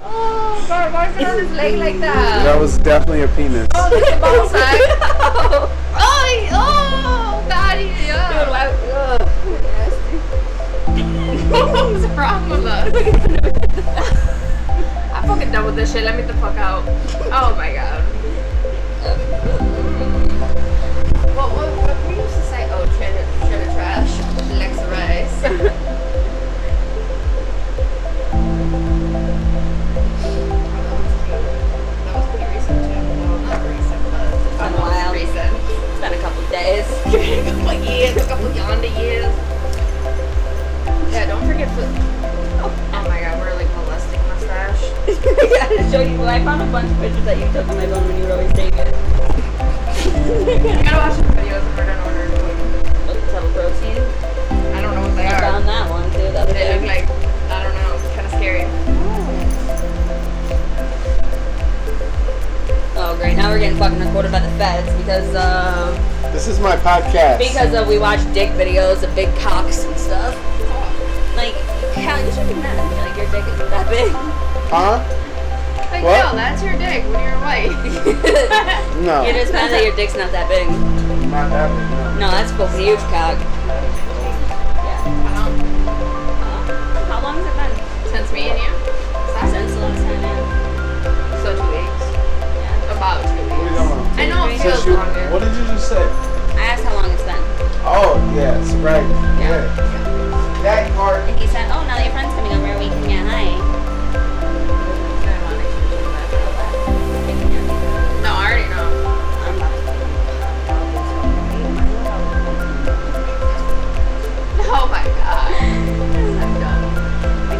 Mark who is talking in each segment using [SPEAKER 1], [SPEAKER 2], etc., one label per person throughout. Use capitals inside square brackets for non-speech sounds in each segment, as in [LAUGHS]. [SPEAKER 1] Oh, boyfriend on his leg like that.
[SPEAKER 2] That was definitely a penis.
[SPEAKER 1] Oh, look at ball sack. [LAUGHS] oh, oh, oh, God, he- yeah.
[SPEAKER 3] Dude, why-
[SPEAKER 1] [LAUGHS]
[SPEAKER 3] ugh.
[SPEAKER 1] What's wrong with [LAUGHS] us? I'm fucking done with this shit. Let me the fuck out. [LAUGHS] Oh my god. What what what we used to say? Oh, cheddar, cheddar trash, Lex rice. That was pretty recent too. Well, not recent, but it's
[SPEAKER 3] A
[SPEAKER 1] almost
[SPEAKER 3] while.
[SPEAKER 1] recent.
[SPEAKER 3] It's been a couple days. [LAUGHS]
[SPEAKER 1] a couple of years, a couple of yonder years. Yeah, don't forget to. Oh my god, we're like molesting mustache.
[SPEAKER 3] I gotta show you. Well, I found a bunch of pictures that you took on my phone when you were always taking it.
[SPEAKER 1] You gotta watch the videos if we're done ordering.
[SPEAKER 3] Total protein.
[SPEAKER 1] I don't know what they
[SPEAKER 3] I
[SPEAKER 1] are.
[SPEAKER 3] found that one too. That was
[SPEAKER 1] They look like, I don't know, it's kind of scary.
[SPEAKER 3] Oh great! Now we're getting fucking recorded by the feds because uh
[SPEAKER 2] This is my podcast.
[SPEAKER 3] because uh, we watch dick videos of big cocks and stuff. Like, how you should be mad at me, like your dick isn't that big. [LAUGHS]
[SPEAKER 2] huh?
[SPEAKER 1] Like,
[SPEAKER 2] What?
[SPEAKER 1] no, that's your dick when you're white. [LAUGHS] Oh.
[SPEAKER 2] No.
[SPEAKER 3] You're just mad that your dick's not that big.
[SPEAKER 2] Not that big, no.
[SPEAKER 3] No, that's fucking huge cock. Yeah.
[SPEAKER 1] Wow.
[SPEAKER 3] Uh, how long has it been
[SPEAKER 1] Since me and you,
[SPEAKER 3] since the last time? in?
[SPEAKER 1] so two weeks.
[SPEAKER 3] Yeah.
[SPEAKER 1] About two
[SPEAKER 2] What are
[SPEAKER 1] weeks. I
[SPEAKER 2] you talking about?
[SPEAKER 1] know it
[SPEAKER 3] Since
[SPEAKER 1] feels
[SPEAKER 2] Since you,
[SPEAKER 1] longer.
[SPEAKER 2] what did you just say?
[SPEAKER 3] I asked how long it's been.
[SPEAKER 2] Oh, yes, right. yeah.
[SPEAKER 3] Yeah.
[SPEAKER 2] That part.
[SPEAKER 3] And he said, oh, now that your friend's coming over, we can get high.
[SPEAKER 1] No, I already know. [LAUGHS] Oh my god. I'm done.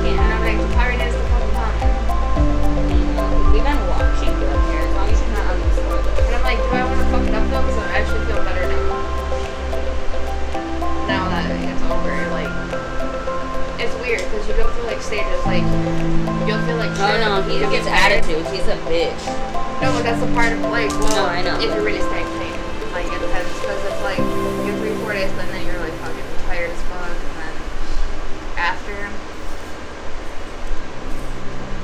[SPEAKER 1] And I'm like, Pirate is the fucking time.
[SPEAKER 3] We've been watching you up here. As long as you're not on the floor.
[SPEAKER 1] And I'm like, do I want to fuck it up though? Because I actually feel better now. Now that it's over, like, it's weird because you go through like stages, like, you'll feel like shit.
[SPEAKER 3] Oh no, he
[SPEAKER 1] you
[SPEAKER 3] gets
[SPEAKER 1] tired.
[SPEAKER 3] attitude. He's a bitch.
[SPEAKER 1] No, but that's a part of like, well,
[SPEAKER 3] No, I know.
[SPEAKER 1] if you're really stagnated, like it depends, because it's like you have three, four days, and then you're like fucking tired as fuck, and then after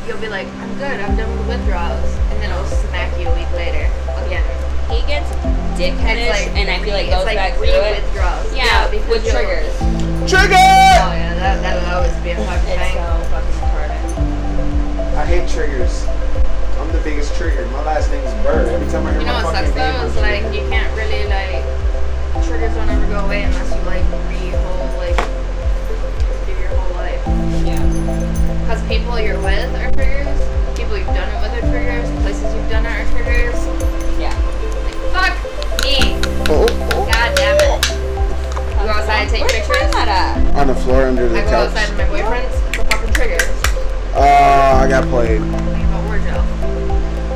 [SPEAKER 1] you'll be like, I'm good, I'm done with withdrawals, and then it'll smack you a week later again.
[SPEAKER 3] He gets dickheadish,
[SPEAKER 1] It's like
[SPEAKER 3] and I feel like
[SPEAKER 1] it's
[SPEAKER 3] goes
[SPEAKER 1] like
[SPEAKER 3] back through it.
[SPEAKER 1] re-withdrawals.
[SPEAKER 3] Yeah, with
[SPEAKER 1] you'll-
[SPEAKER 3] triggers.
[SPEAKER 1] Oh
[SPEAKER 2] Trigger!
[SPEAKER 1] yeah, that that'll always be a fucking thing.
[SPEAKER 3] It's uh, so fucking retarded.
[SPEAKER 2] I hate triggers. I'm the biggest trigger. My last name is Bird. Every time I hear
[SPEAKER 1] You know
[SPEAKER 2] my
[SPEAKER 1] what
[SPEAKER 2] fucking
[SPEAKER 1] sucks
[SPEAKER 2] name,
[SPEAKER 1] though
[SPEAKER 2] I'm
[SPEAKER 1] is like
[SPEAKER 2] triggered.
[SPEAKER 1] you can't really like triggers don't ever go away unless you like re whole like do your whole life.
[SPEAKER 3] Yeah.
[SPEAKER 1] Cause people you're with are triggers, people you've done it with are triggers, places you've done it are triggers.
[SPEAKER 3] Yeah.
[SPEAKER 1] Like fuck me,
[SPEAKER 2] Oh,
[SPEAKER 1] god damn it. go outside and take
[SPEAKER 3] Where'd you find
[SPEAKER 1] pictures?
[SPEAKER 3] that at?
[SPEAKER 2] oh. on the floor under
[SPEAKER 1] I
[SPEAKER 2] the
[SPEAKER 1] go
[SPEAKER 2] couch.
[SPEAKER 1] outside with my boyfriend's, it's a fucking trigger.
[SPEAKER 2] Oh, I got played.
[SPEAKER 1] Think about wardrobe.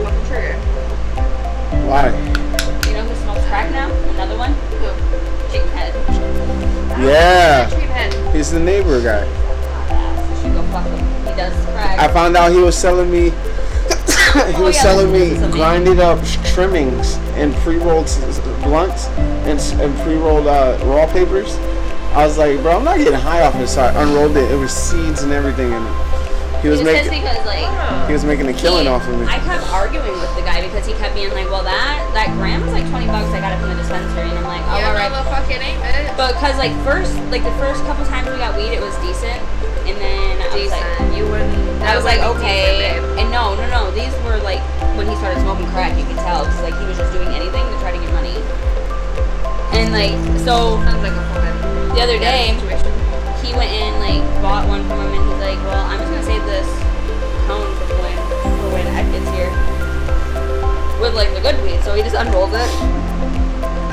[SPEAKER 1] Fucking trigger.
[SPEAKER 2] Why?
[SPEAKER 3] You know who smokes crack now? Another one?
[SPEAKER 1] Who?
[SPEAKER 3] Chicken head.
[SPEAKER 2] Yeah.
[SPEAKER 1] Chicken head.
[SPEAKER 2] He's the neighbor guy.
[SPEAKER 3] Badass. You should go fuck him. He does crack.
[SPEAKER 2] I found out he was selling me. [COUGHS] he was
[SPEAKER 3] yeah,
[SPEAKER 2] selling me
[SPEAKER 3] this is amazing.
[SPEAKER 2] grinded up trimmings and pre-rolled s- s- blunts and, s- and pre-rolled uh, wallpapers. I was like, bro, I'm not getting high off this. So I unrolled it. It was seeds and everything in it. He was
[SPEAKER 3] It's just
[SPEAKER 2] making
[SPEAKER 3] because like
[SPEAKER 2] he was making a killing
[SPEAKER 3] he-
[SPEAKER 2] off of me.
[SPEAKER 3] I kept arguing with the guy because he kept being like, "Well, that that gram is like 20 bucks. I got it from the dispensary." And I'm like, "Oh,
[SPEAKER 1] Yeah,
[SPEAKER 3] all
[SPEAKER 1] no,
[SPEAKER 3] right."
[SPEAKER 1] the fucking ain't it.
[SPEAKER 3] But because like first, like the first couple times we got weed, it was decent, and then I was like,
[SPEAKER 1] Decent. You wouldn't.
[SPEAKER 3] I was like, okay.
[SPEAKER 1] Decent, babe.
[SPEAKER 3] And no, no, no. These were like when he started smoking crack, you could tell. Cause like he was just doing anything to try to get money. And like, so
[SPEAKER 1] Sounds like a fucking
[SPEAKER 3] the other day,
[SPEAKER 1] situation.
[SPEAKER 3] he went in, like, bought one from him, and he's like, well, I'm just gonna save this cone for when, for when Ed gets here. With, like, the good weed. So he just unrolled it.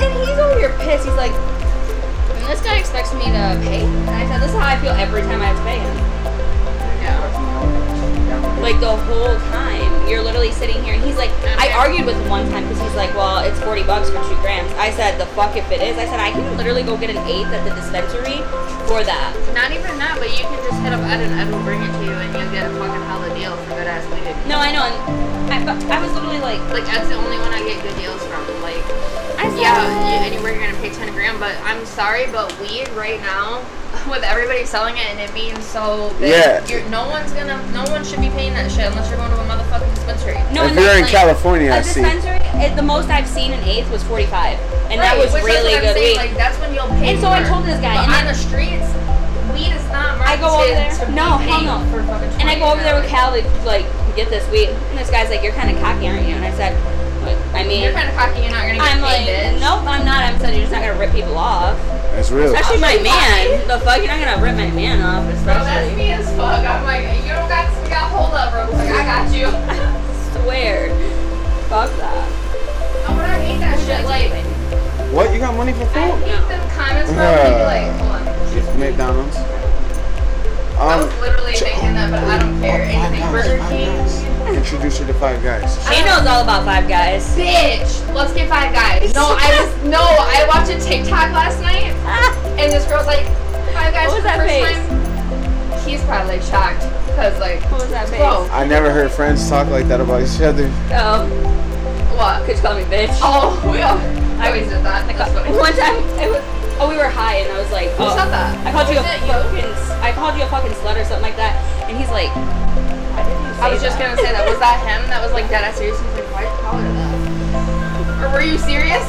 [SPEAKER 3] And he's over here pissed. He's like, and this guy expects me to pay? And I said, this is how I feel every time I have to pay him.
[SPEAKER 1] Yeah.
[SPEAKER 3] like the whole time you're literally sitting here and he's like i argued with him one time because he's like well it's 40 bucks for two grams i said the fuck if it is i said i can literally go get an eighth at the dispensary for that
[SPEAKER 1] Not even that, but you can just hit up Ed and Ed will bring it to you, and you'll get a fucking hella deal for good ass weed.
[SPEAKER 3] no i know and i, fu- I was literally like
[SPEAKER 1] Like Ed's the only one I get good deals from. Like,
[SPEAKER 3] i said
[SPEAKER 1] yeah, you, anywhere you're gonna pay ten a gram, but I'm sorry, but weed right now, [LAUGHS] with everybody selling it and it being so big,
[SPEAKER 2] Yeah.
[SPEAKER 1] you're, no one's gonna, no one should be paying that shit unless you're going to a motherfucking
[SPEAKER 3] No,
[SPEAKER 2] if
[SPEAKER 3] and
[SPEAKER 2] you're
[SPEAKER 3] then,
[SPEAKER 2] in
[SPEAKER 3] like,
[SPEAKER 2] California, I
[SPEAKER 3] A
[SPEAKER 2] see.
[SPEAKER 3] dispensary, it, the most I've seen in eighth was 45, and that
[SPEAKER 1] Right,
[SPEAKER 3] was
[SPEAKER 1] which that's what
[SPEAKER 3] really
[SPEAKER 1] I'm
[SPEAKER 3] good
[SPEAKER 1] saying,
[SPEAKER 3] weed.
[SPEAKER 1] Like that's when you'll pay.
[SPEAKER 3] And so I
[SPEAKER 1] for it.
[SPEAKER 3] told this guy,
[SPEAKER 1] But
[SPEAKER 3] and
[SPEAKER 1] on
[SPEAKER 3] then-
[SPEAKER 1] the streets, weed is not
[SPEAKER 3] I
[SPEAKER 1] marketed
[SPEAKER 3] go over there-
[SPEAKER 1] to be
[SPEAKER 3] no, hell
[SPEAKER 1] paid
[SPEAKER 3] no.
[SPEAKER 1] for fucking.
[SPEAKER 3] and I go over there with
[SPEAKER 1] 20
[SPEAKER 3] Cal, like, like get this weed, and this guy's like, "You're kind of cocky, aren't you?" And I said, "What? I mean,
[SPEAKER 1] You're kind of cocky. You're not gonna get
[SPEAKER 3] I'm like,
[SPEAKER 1] paid, bitch.
[SPEAKER 3] nope, I'm not. I'm saying you're just not gonna rip people off,
[SPEAKER 2] That's
[SPEAKER 3] [LAUGHS]
[SPEAKER 2] real.
[SPEAKER 3] especially my
[SPEAKER 1] like,
[SPEAKER 3] man. The fuck, you're not gonna rip my man off,
[SPEAKER 1] Bro, that's
[SPEAKER 3] [LAUGHS] especially.
[SPEAKER 1] me as fuck. I'm like, you don't got, you got hold up, bro. Like, I got you. no,
[SPEAKER 3] Swear, fuck that.
[SPEAKER 1] but I hate that shit. Like,
[SPEAKER 2] What? You got money for
[SPEAKER 1] I
[SPEAKER 2] food?
[SPEAKER 1] hate them comments, bro. when they be like, hold on.
[SPEAKER 2] It's McDonald's.
[SPEAKER 1] I was
[SPEAKER 2] Um,
[SPEAKER 1] literally
[SPEAKER 2] ch- oh,
[SPEAKER 1] thinking that, but I don't care.
[SPEAKER 2] Five
[SPEAKER 1] Anything
[SPEAKER 2] Guys,
[SPEAKER 1] Burger
[SPEAKER 2] Five
[SPEAKER 1] King.
[SPEAKER 2] Guys. Introduce her to Five Guys.
[SPEAKER 3] She knows all about Five
[SPEAKER 1] [LAUGHS]
[SPEAKER 3] Guys.
[SPEAKER 1] Bitch, let's get five guys. No, I was no, I watched a TikTok last night, and this girl's like, five guys
[SPEAKER 3] What was
[SPEAKER 1] for the
[SPEAKER 3] that
[SPEAKER 1] first
[SPEAKER 3] face?
[SPEAKER 1] time. He's probably like, shocked because like,
[SPEAKER 3] What was that face?
[SPEAKER 1] Whoa.
[SPEAKER 2] I never heard friends talk like that about each other.
[SPEAKER 3] Oh,
[SPEAKER 1] what?
[SPEAKER 3] could you call me bitch?
[SPEAKER 1] Oh, [LAUGHS] we all, I always did that.
[SPEAKER 3] I
[SPEAKER 1] That's
[SPEAKER 3] caught,
[SPEAKER 1] funny.
[SPEAKER 3] one time, it was, oh, we were high, and I was like,
[SPEAKER 1] Who
[SPEAKER 3] oh,
[SPEAKER 1] said that?
[SPEAKER 3] I called you a
[SPEAKER 1] Was it you?
[SPEAKER 3] fucking, s- I called you a fucking slut or something like that, and he's like, why did you say
[SPEAKER 1] I was just gonna
[SPEAKER 3] that?
[SPEAKER 1] say that. Was that him that was like dead ass serious? He was like, why did you call her that? Or were you serious?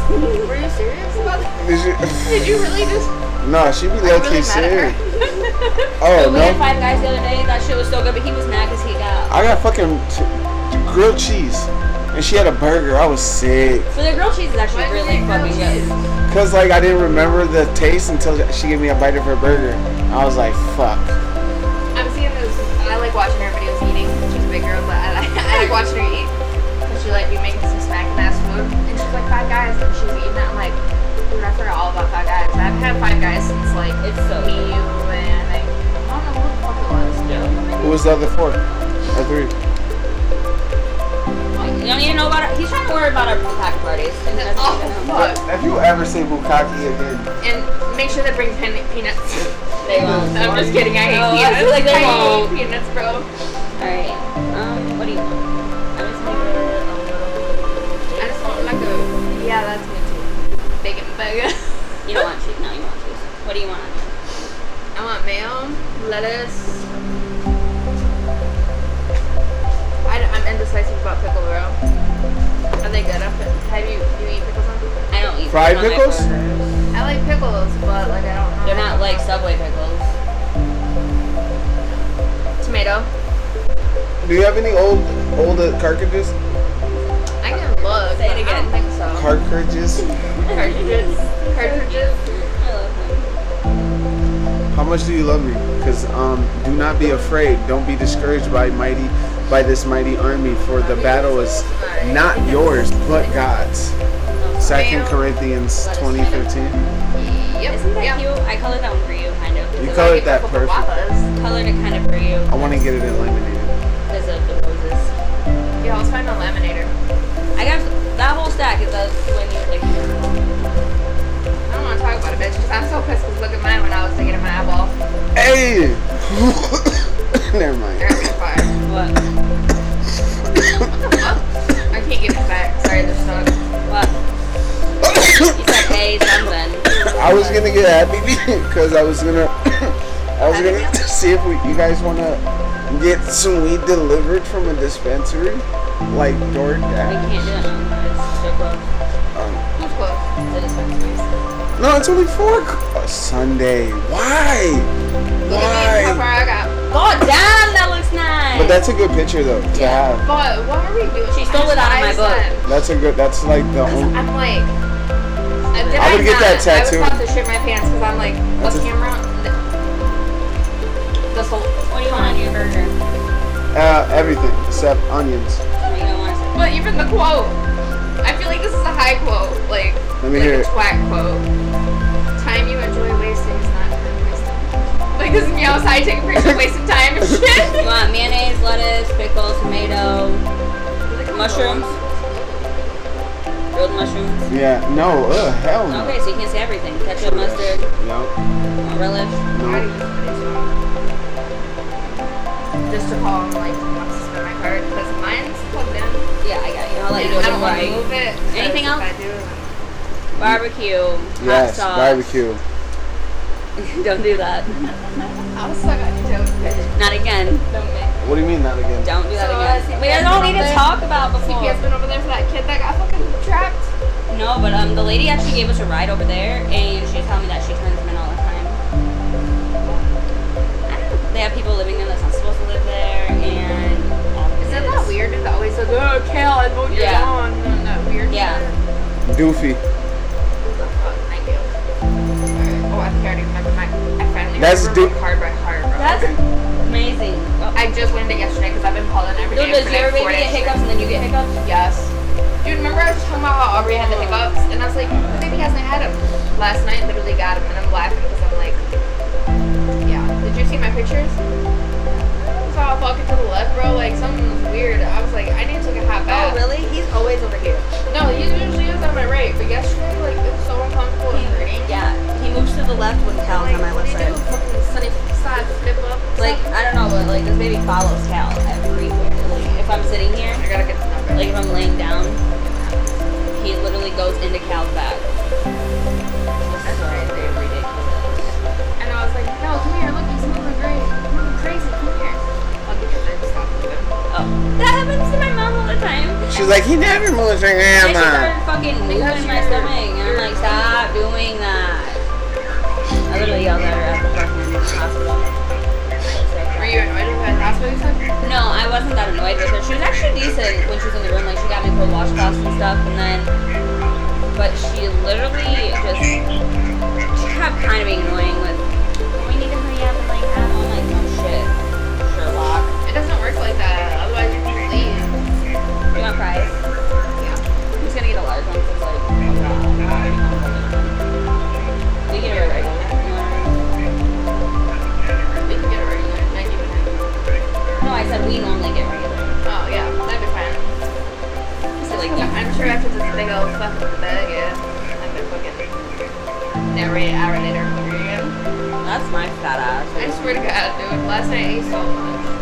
[SPEAKER 1] Were you serious about that?
[SPEAKER 2] Did you? [LAUGHS]
[SPEAKER 1] Did you really just?
[SPEAKER 2] No, she be
[SPEAKER 1] Are you
[SPEAKER 2] low
[SPEAKER 1] really
[SPEAKER 2] key
[SPEAKER 1] mad at
[SPEAKER 2] serious.
[SPEAKER 1] her?
[SPEAKER 2] [LAUGHS] Oh
[SPEAKER 3] we had
[SPEAKER 2] no,
[SPEAKER 3] five guys the other day. That shit was so good, but he was mad because he got.
[SPEAKER 2] I got fucking t- grilled cheese, and she had a burger. I was sick,
[SPEAKER 3] So the grilled cheese is
[SPEAKER 1] [LAUGHS] Why
[SPEAKER 3] actually
[SPEAKER 1] did
[SPEAKER 3] really
[SPEAKER 1] you grilled
[SPEAKER 3] fucking
[SPEAKER 1] cheese?
[SPEAKER 3] good.
[SPEAKER 2] cause like I didn't remember the taste until she gave me a bite of her burger. I was like, fuck.
[SPEAKER 1] I'm seeing those. I like watching her videos eating. She's a big girl, but I [LAUGHS] like, I like watching her eat. Cause she like be making some smacking ass food, and she's like five guys, and she's eating it. I'm like, dude, I forgot all about five guys. I've had five guys since like
[SPEAKER 3] It's so
[SPEAKER 1] me, you, and like, I don't know who the fuck it was.
[SPEAKER 2] Who was the other four? Or three?
[SPEAKER 3] You don't even know about. Our, he's trying to worry about our pack [LAUGHS] parties. And that's
[SPEAKER 1] Oh,
[SPEAKER 3] oh,
[SPEAKER 1] fuck.
[SPEAKER 2] If you ever say bukkake again,
[SPEAKER 1] And make sure they bring pen- peanuts.
[SPEAKER 3] they won't.
[SPEAKER 1] [LAUGHS] I'm just kidding. I hate
[SPEAKER 3] No,
[SPEAKER 1] peanuts.
[SPEAKER 3] I was like,
[SPEAKER 1] I hate
[SPEAKER 3] they won't.
[SPEAKER 1] peanuts, bro.
[SPEAKER 3] All right. Um, what do you? want? I'm just gonna.
[SPEAKER 1] I just want like a yeah, that's me too. Bacon [LAUGHS] burger.
[SPEAKER 3] You don't want cheese. No, you want cheese. What do you want?
[SPEAKER 1] I want mayo, lettuce. I am indecisive about pickle, bro. Are they good? I'm, have you do you eat pickles on pizza?
[SPEAKER 3] I don't eat
[SPEAKER 2] Fried
[SPEAKER 3] them on my
[SPEAKER 2] pickles?
[SPEAKER 3] burgers.
[SPEAKER 1] I like pickles, but like I don't. know.
[SPEAKER 3] They're not like Subway pickles.
[SPEAKER 1] tomato.
[SPEAKER 2] do you have any old old uh, cartridges?
[SPEAKER 1] I can look.
[SPEAKER 3] Say it
[SPEAKER 1] but
[SPEAKER 3] again.
[SPEAKER 1] I don't think so.
[SPEAKER 2] Cartridges?
[SPEAKER 1] Cartridges. Cartridges.
[SPEAKER 3] I love them.
[SPEAKER 2] How much do you love me? Because um, do not be afraid. Don't be discouraged by mighty, by this mighty army. For the battle is not yours, but God's. Second Corinthians 20:15.
[SPEAKER 1] Yep.
[SPEAKER 3] Isn't that
[SPEAKER 1] yeah.
[SPEAKER 3] cute? I colored that one for you, kind of.
[SPEAKER 2] You
[SPEAKER 3] It's
[SPEAKER 2] colored
[SPEAKER 3] like-
[SPEAKER 2] that
[SPEAKER 1] Couple
[SPEAKER 2] perfect.
[SPEAKER 1] guavas.
[SPEAKER 3] Colored it kind of for you
[SPEAKER 2] I want to get it eliminated.
[SPEAKER 3] because of the roses.
[SPEAKER 1] Yeah, let's find a laminator.
[SPEAKER 3] I got that whole stack is us when you like.
[SPEAKER 1] I don't want to talk about it, bitch, because I'm so pissed. Because look at mine when I was thinking of my eyeball.
[SPEAKER 2] Hey! [COUGHS] Never
[SPEAKER 1] They're
[SPEAKER 2] mind.
[SPEAKER 1] gonna be fire.
[SPEAKER 3] What?
[SPEAKER 1] I can't give it back. Sorry, this sucks.
[SPEAKER 3] What? you said hey something.
[SPEAKER 2] I was gonna get happy because I was gonna, [COUGHS] I was gonna [COUGHS] see if we, you guys wanna get some weed delivered from a dispensary, like
[SPEAKER 3] We
[SPEAKER 2] DoorDash.
[SPEAKER 3] can't do it anymore. It's strip club.
[SPEAKER 2] Um,
[SPEAKER 1] Who's close?
[SPEAKER 3] The dispensaries.
[SPEAKER 2] No, it's only four. o'clock. Sunday. Why?
[SPEAKER 1] Look at me, how
[SPEAKER 2] Why?
[SPEAKER 1] far I got.
[SPEAKER 3] God damn, that looks nice.
[SPEAKER 2] But that's a good picture though to
[SPEAKER 3] Yeah.
[SPEAKER 2] have.
[SPEAKER 1] But what are we doing?
[SPEAKER 3] She stole it out of my book.
[SPEAKER 1] book.
[SPEAKER 2] That's a good. That's like the only.
[SPEAKER 1] I'm like, I, did
[SPEAKER 2] I would get
[SPEAKER 1] not, I
[SPEAKER 2] that tattoo.
[SPEAKER 1] was about to shit my pants because I'm like, what
[SPEAKER 2] That's a-
[SPEAKER 1] camera? The, the sol-
[SPEAKER 3] what do you want on your burger?
[SPEAKER 2] Uh, everything except onions.
[SPEAKER 3] What do you want?
[SPEAKER 1] but even the quote. I feel like this is a high quote, like
[SPEAKER 2] Let me
[SPEAKER 1] like a
[SPEAKER 2] hear it.
[SPEAKER 1] twat quote. Time you enjoy wasting is not time wasted. Like this is me outside taking pictures, of wasting time and
[SPEAKER 2] [LAUGHS]
[SPEAKER 3] You
[SPEAKER 1] shit.
[SPEAKER 3] want mayonnaise, lettuce, pickles, tomato, mushrooms, grilled mushrooms.
[SPEAKER 2] Yeah. No. Ugh, hell no.
[SPEAKER 3] Okay, so you can see everything. Ketchup, mustard,
[SPEAKER 2] No.
[SPEAKER 3] relish.
[SPEAKER 2] No.
[SPEAKER 1] Just to call and like want to spend my card because mine's plugged in.
[SPEAKER 3] Yeah, I got you. I'll let you do
[SPEAKER 1] I
[SPEAKER 3] it.
[SPEAKER 1] don't want to
[SPEAKER 3] right.
[SPEAKER 1] move it. 'cause
[SPEAKER 3] Anything
[SPEAKER 1] if
[SPEAKER 3] else?
[SPEAKER 1] I do,
[SPEAKER 3] Barbecue,
[SPEAKER 2] Yes.
[SPEAKER 3] hot sauce.
[SPEAKER 2] Barbecue.
[SPEAKER 3] [LAUGHS] Don't do that.
[SPEAKER 1] I'll suck on your toes, bitch.
[SPEAKER 3] Not again.
[SPEAKER 1] Don't make.
[SPEAKER 2] What do you mean that again?
[SPEAKER 3] Don't do that
[SPEAKER 1] So, uh,
[SPEAKER 3] again.
[SPEAKER 1] see,
[SPEAKER 3] We
[SPEAKER 1] that's
[SPEAKER 3] don't need to
[SPEAKER 1] something.
[SPEAKER 3] talk about before.
[SPEAKER 1] CPS been over there for that kid that got fucking trapped.
[SPEAKER 3] No, but um, the lady actually gave us a ride over there, and she was telling me that she turns men all the time. I don't know. They have people living there that's not supposed to live there, and all of
[SPEAKER 1] Is that
[SPEAKER 3] this.
[SPEAKER 1] not weird? It's always like, oh, Kale, I vote you
[SPEAKER 3] Yeah.
[SPEAKER 1] on. Isn't that weird?
[SPEAKER 3] Yeah.
[SPEAKER 1] What
[SPEAKER 2] Goofy.
[SPEAKER 1] the fuck? Thank you. Alright. Oh, I think I already remember my. I finally
[SPEAKER 2] That's
[SPEAKER 1] remember
[SPEAKER 2] di-
[SPEAKER 1] my card by heart, bro.
[SPEAKER 3] That's amazing. Oh.
[SPEAKER 1] I just went in it yesterday because I've been calling every
[SPEAKER 3] No,
[SPEAKER 1] day.
[SPEAKER 3] does
[SPEAKER 1] for
[SPEAKER 3] your
[SPEAKER 1] like four
[SPEAKER 3] baby get
[SPEAKER 1] days.
[SPEAKER 3] hiccups and then you get hiccups?
[SPEAKER 1] Yes. Dude, remember I was talking about how Aubrey had the hiccups? And I was like, my baby hasn't had them. Last night, literally got them, and I'm laughing because I'm like, yeah. Did you see my pictures? It was all fucking to the left, bro. Like, something was weird. I was like, I need to take a hot bath.
[SPEAKER 3] Oh, really? He's
[SPEAKER 1] Oh, Always over here. No, he usually is on my right, but yesterday, like, it was so uncomfortable and hurting.
[SPEAKER 3] Yeah, he moves to the left when Cal's
[SPEAKER 1] Like,
[SPEAKER 3] on my
[SPEAKER 1] what
[SPEAKER 3] left
[SPEAKER 1] do you do?
[SPEAKER 3] side.
[SPEAKER 1] Fucking sunny side flip up.
[SPEAKER 3] Like, I don't know, but like this baby follows Cal everywhere. Like, if I'm sitting here,
[SPEAKER 1] I gotta get the number.
[SPEAKER 3] like if I'm laying down, he literally goes into Cal's back. It's so ridiculous.
[SPEAKER 1] And I was like, no, come here, look, he's moving great. He's moving crazy, come here. I'll get your third stop with him.
[SPEAKER 3] Oh, that happens to my mom all the time.
[SPEAKER 2] She's like, he never moves her
[SPEAKER 3] And she
[SPEAKER 2] grandma.
[SPEAKER 3] started fucking moving
[SPEAKER 1] Because
[SPEAKER 3] my
[SPEAKER 1] you're-
[SPEAKER 3] stomach, and I'm like, stop doing that. I literally yelled at her at the fucking hospital.
[SPEAKER 1] Were you annoyed with that? That's what you said?
[SPEAKER 3] No, I wasn't that annoyed with her. She was actually decent when she was in the room. Like she got me cold washcloths and stuff, and then, but she literally just she kept kind of being annoying with. "Oh, We need to hurry up and like have on like no shit, Sherlock.
[SPEAKER 1] It doesn't work like that, otherwise you're just leave.
[SPEAKER 3] You want fries? Yeah. I'm just gonna get a large one because like. oh, God. We get a regular. You want
[SPEAKER 1] We can get a regular, not you and him.
[SPEAKER 3] a- No, I said we normally get regular.
[SPEAKER 1] Oh, yeah, that'd be fine.
[SPEAKER 3] So like you.
[SPEAKER 1] I'm sure after this big old fuck with the bag, yeah, I'm gonna fucking narrate our later again.
[SPEAKER 3] That's my fat ass.
[SPEAKER 1] I swear to God, dude, last night I ate so much.